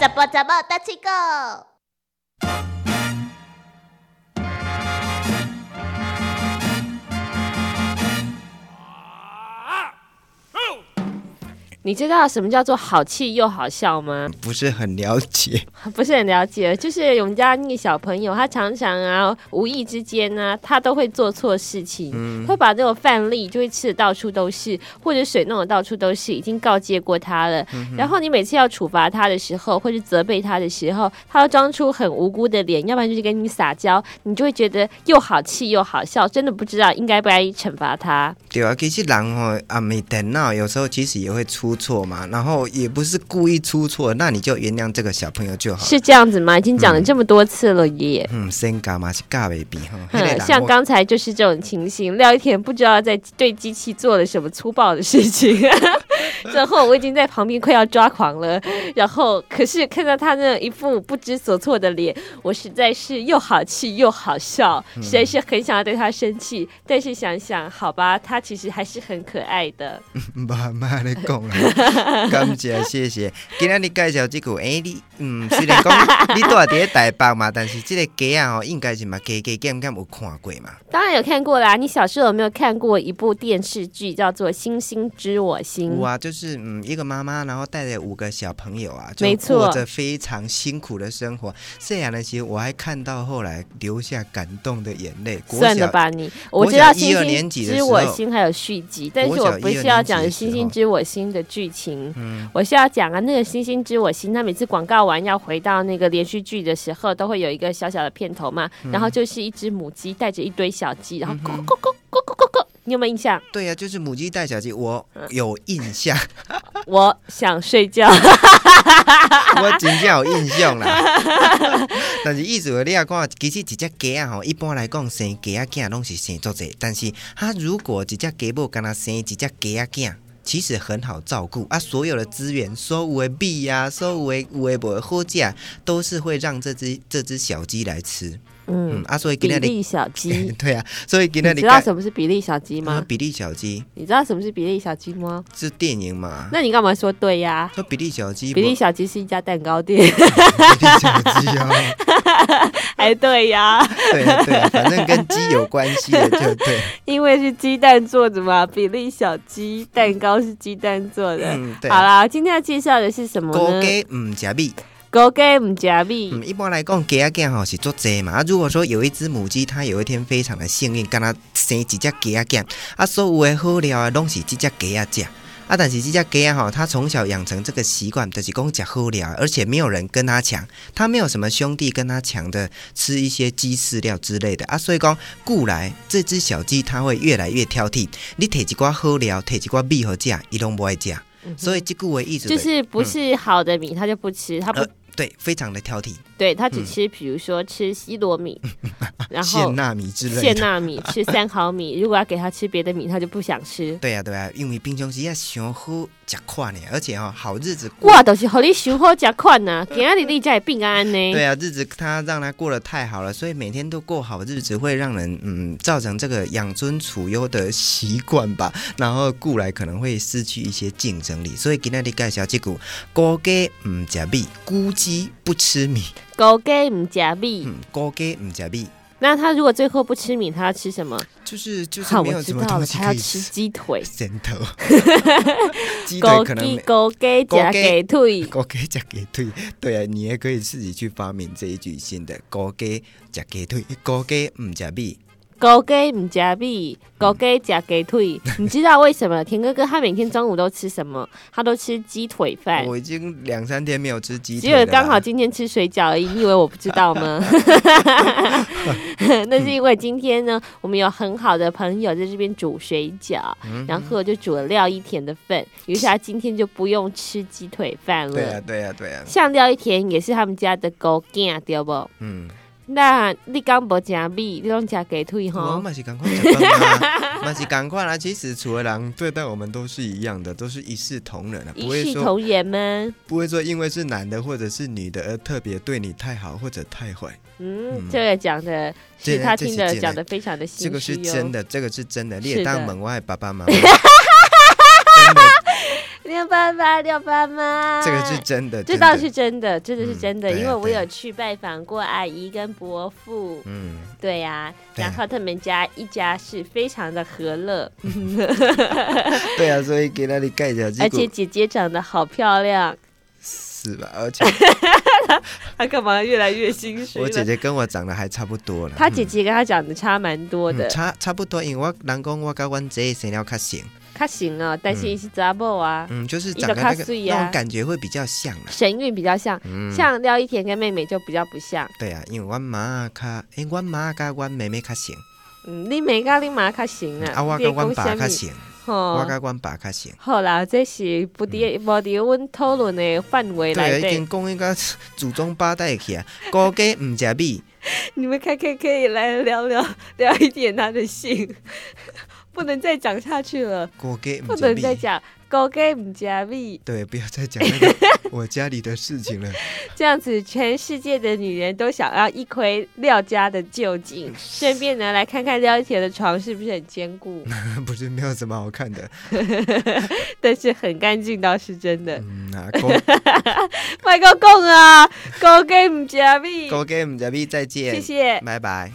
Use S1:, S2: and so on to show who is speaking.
S1: 怎么怎么大七个？
S2: 你知道什么叫做好气又好笑吗？
S3: 不是很了解，
S2: 不是很了解，就是我们家那个小朋友，他常常啊，无意之间呢、他都会做错事情，会把这种饭粒就会吃的到处都是，或者水弄得到处都是，已经告诫过他了。然后你每次要处罚他的时候，或是责备他的时候，他都装出很无辜的脸，要不然就是跟你撒娇，你就会觉得又好气又好笑，真的不知道应该不该惩罚他。
S3: 对啊，其实人吼啊没等闹，有时候其实也会出错嘛，然后也不是故意出错，那你就原谅这个小朋友就好。
S2: 是这样子吗？已经讲了这么多次了耶。
S3: 嗯，先干嘛是尬未必吼， 那个
S2: 嗯，
S3: 人
S2: 像
S3: 我
S2: 刚才就是这种情形，廖一田不知道在对机器做了什么粗暴的事情， 然后我已经在旁边快要抓狂了，然后可是看到他那一副不知所措的脸，我实在是又好气又好笑，实在是很想要对他生气，但是想想好吧，他其实还是很可爱的。
S3: 慢慢的讲啦，感谢谢谢。今仔日介绍这句，诶、你嗯，虽然讲你住伫咧台北嘛，但是这个鸡啊吼，应该是嘛加加减减有看过嘛。
S2: 当然有看过啦，你小时候有没有看过一部电视剧叫做《星星知我心》？
S3: 有啊，就是嗯，一个妈妈，然后带着五个小朋友啊，就
S2: 没错
S3: 过着非常辛苦的生活。虽然呢，其实我还看到后来流下感动的眼泪。国
S2: 算了
S3: 小
S2: 吧你，
S3: 国
S2: 我知
S3: 小
S2: 道《
S3: 一
S2: 星
S3: 二年
S2: 星
S3: 级的
S2: 知
S3: 时
S2: 我
S3: 候
S2: 心》还有续集，但
S3: 国
S2: 是我
S3: 小
S2: 不
S3: 一
S2: 是
S3: 二
S2: 要
S3: 年级
S2: 讲
S3: 的
S2: 《
S3: 时
S2: 星星
S3: 候
S2: 知我心》的剧情，
S3: 嗯
S2: 我是要讲啊，那个《星星知我心》，他每次广告完要回到那个连续剧的时候，都会有一个小小的片头嘛，
S3: 嗯
S2: 然后就是一只母鸡带着一堆小鸡，然后咕咕咕咕咕咕咕咕，你有没有印象？
S3: 对呀、啊，就是母鸡带小鸡，我
S2: 嗯
S3: 有印象，
S2: 我想睡 觉，
S3: 我真正有印象啦。 但是意思话，你也看，其实一只鸡啊吼，一般来讲生鸡啊囝拢是生作者，但是它如果一只鸡母敢若生一只鸡啊囝。其实很好照顾啊，所有的资源，所有的米啊，所有的有的无的好食，都是会让这只这只小鸡来吃。嗯
S2: 嗯，
S3: 啊，所以
S2: 比
S3: 今天
S2: 例
S3: 你
S2: 小鸡。
S3: 对啊，所以
S2: 你
S3: 今天你
S2: 知道
S3: 看啊
S2: 什么是比例小鸡吗？
S3: 比利小鸡
S2: 你知道什么是比例小鸡吗？
S3: 是电影嘛？
S2: 那你干嘛说对呀？
S3: 说比利小鸡不，
S2: 比利小鸡是一家蛋糕店，
S3: 比利小鸡哦。
S2: 还对呀。
S3: 对啊对啊，反正跟鸡有关系的就对。
S2: 因为是鸡蛋做的嘛，比例小鸡蛋糕是鸡蛋做的。
S3: 嗯，对。
S2: 好啦，今天要介绍的是什么
S3: 高
S2: 呢？
S3: 鸡唔食米，
S2: 狗给唔加币，
S3: 嗯，一般来讲，鸡啊囝吼是做多嘛。啊，如果说有一只母鸡，它有一天非常的幸运，跟它生一只鸡啊囝，啊，所有的好料啊，拢是这只鸡啊食。啊，但是这只鸡啊吼，它从小养成这个习惯，就是讲吃好料，而且没有人跟它抢，它没有什么兄弟跟它抢的吃一些鸡饲料之类的啊，所以讲，故来这只小鸡它会越来越挑剔，你摕一寡好料，摕一寡米好食，伊拢不爱食。所以这句话意思
S2: 嗯就是不是好的米它就不吃，它不、
S3: 呃，嗯对，非常的挑剔，
S2: 对它只吃，比如说吃西罗米， 然后
S3: 现纳米之类
S2: 现
S3: 的。
S2: 纳米 吃三毫米，如果要给它吃别的米，它就不想吃。
S3: 对啊，对啊，因为平常时要想好食款呢，而且哦，好日子过。
S2: 我都是和你想好食款 呐，今仔日你才会平安呢。
S3: 对啊，日子他让他过得太好了，所以每天都过好日子，会让人嗯造成这个养尊处优的习惯吧。然后故来可能会失去一些竞争力，所以今天的介绍这股高鸡唔食米，咕鸡不吃米，
S2: 狗给唔加币，
S3: 嗯，高鸡唔食米，
S2: 那它如果最后不吃米，它要吃什么？
S3: 就是就是
S2: 好，
S3: 没有
S2: 我知
S3: 什么
S2: 道
S3: 东
S2: 了，
S3: 西
S2: 它要
S3: 可 以
S2: 吃
S3: 吃，
S2: 鸡腿。
S3: 枕头， 鸡
S2: 狗
S3: 腿可能
S2: 鸡
S3: 没
S2: 狗鸡
S3: 高
S2: 加
S3: 鸡
S2: 鸡腿，
S3: 高鸡食鸡腿，对啊，你也可以自己去发明这一句新的高鸡食鸡腿，高鸡唔食米。
S2: 狗鸡唔加米，狗鸡加鸡 腿。你知道为什么田哥哥他每天中午都吃什么？他都吃鸡腿饭。
S3: 我已经两三天没有吃哦鸡
S2: 哎只
S3: 腿啊了
S2: 有
S3: 啦，
S2: 刚好今天吃水饺而已，你以为我不知道吗？ 那是因为今天呢，我们有很好的朋友在这边煮水饺，
S3: 嗯
S2: 然后我就煮了廖一田的份，于是他今天就不用吃鸡腿饭
S3: 对啊，
S2: 了。
S3: 对啊，对啊，
S2: 像廖一田也是他们家的狗干，对不？
S3: 嗯，
S2: 那你刚无食米，你拢食鸡腿
S3: 我
S2: 吼？
S3: 嘛是赶快吃饭 啊，嘛是赶快啦。其实楚的人对待我们都是一样的，都是一视同仁啊，不会
S2: 一视
S3: 说嗯
S2: 同仁吗？
S3: 不会说因为是男的或者是女的而特别对你太好或者太坏。
S2: 嗯
S3: 嗯，
S2: 这个讲的
S3: 这
S2: 是他
S3: 这是
S2: 听的
S3: 真的
S2: 讲的非常的心
S3: 这
S2: 虚
S3: 个
S2: 哦。
S3: 是真的，这个是真的。你
S2: 是
S3: 也
S2: 的
S3: 当门外爸爸 妈妈，真的，
S2: 六八八六八八，
S3: 这个是真 的，
S2: 这
S3: 真
S2: 倒
S3: 的
S2: 是真的，真的是
S3: 嗯
S2: 真的，
S3: 对啊
S2: 因为我
S3: 对啊
S2: 有去拜访过阿姨跟伯父，
S3: 嗯，
S2: 对呀、
S3: 对啊
S2: 然后他们家一家是非常的和乐，
S3: 对啊，所以给那里盖掉这
S2: 而且
S3: 个
S2: 姐姐长得好漂亮，
S3: 是吧？而且
S2: 她干嘛越来越心虚
S3: 我姐
S2: 了？
S3: 姐跟我长得还差不多了，
S2: 她姐姐跟她长得差蛮多
S3: 嗯
S2: 的
S3: 嗯，差差不多，因为我人讲我跟阮姐生了较像，
S2: 她行啊，但是
S3: 嗯
S2: 一是杂某啊，
S3: 嗯，就是
S2: 你
S3: 长
S2: 就
S3: 得那
S2: 较
S3: 个
S2: 水啊
S3: 那种感觉会比较像啦。
S2: 神韵比较像，
S3: 嗯，
S2: 像廖一田跟妹妹就比较不像。
S3: 对啊，因为阮妈较，诶，阮妈甲阮妹妹较像，
S2: 嗯，你妹甲你妈较行啊，
S3: 啊，我
S2: 你在讲哦什
S3: 甲阮爸较
S2: 么
S3: 像，我
S2: 吼。
S3: 甲阮爸较像。
S2: 好啦，这是不伫无伫阮讨论的范围
S3: 对啊，
S2: 内
S3: 已
S2: 底。
S3: 经讲迄个祖宗八代去啊，高家毋食米，
S2: 你们可可可以来聊聊 聊一点他的性， 不能再讲下去了，
S3: 高家
S2: 不
S3: 毋食
S2: 能再
S3: 米。
S2: 讲高给唔加币，
S3: 对，不要再讲那个 我家里的事情了。
S2: 这样子全世界的女人都想要一窥廖家的究
S3: 嗯
S2: 竟。顺便呢，来看看廖一铁的床是不是很坚 固，
S3: 不是没有什么好看的。
S2: 但是很干净倒是真的。
S3: 嗯啊，高
S2: 麦克讲啊，高给唔加币，
S3: 高家毋食米，再
S2: 谢
S3: 见，
S2: 谢。
S3: 拜拜。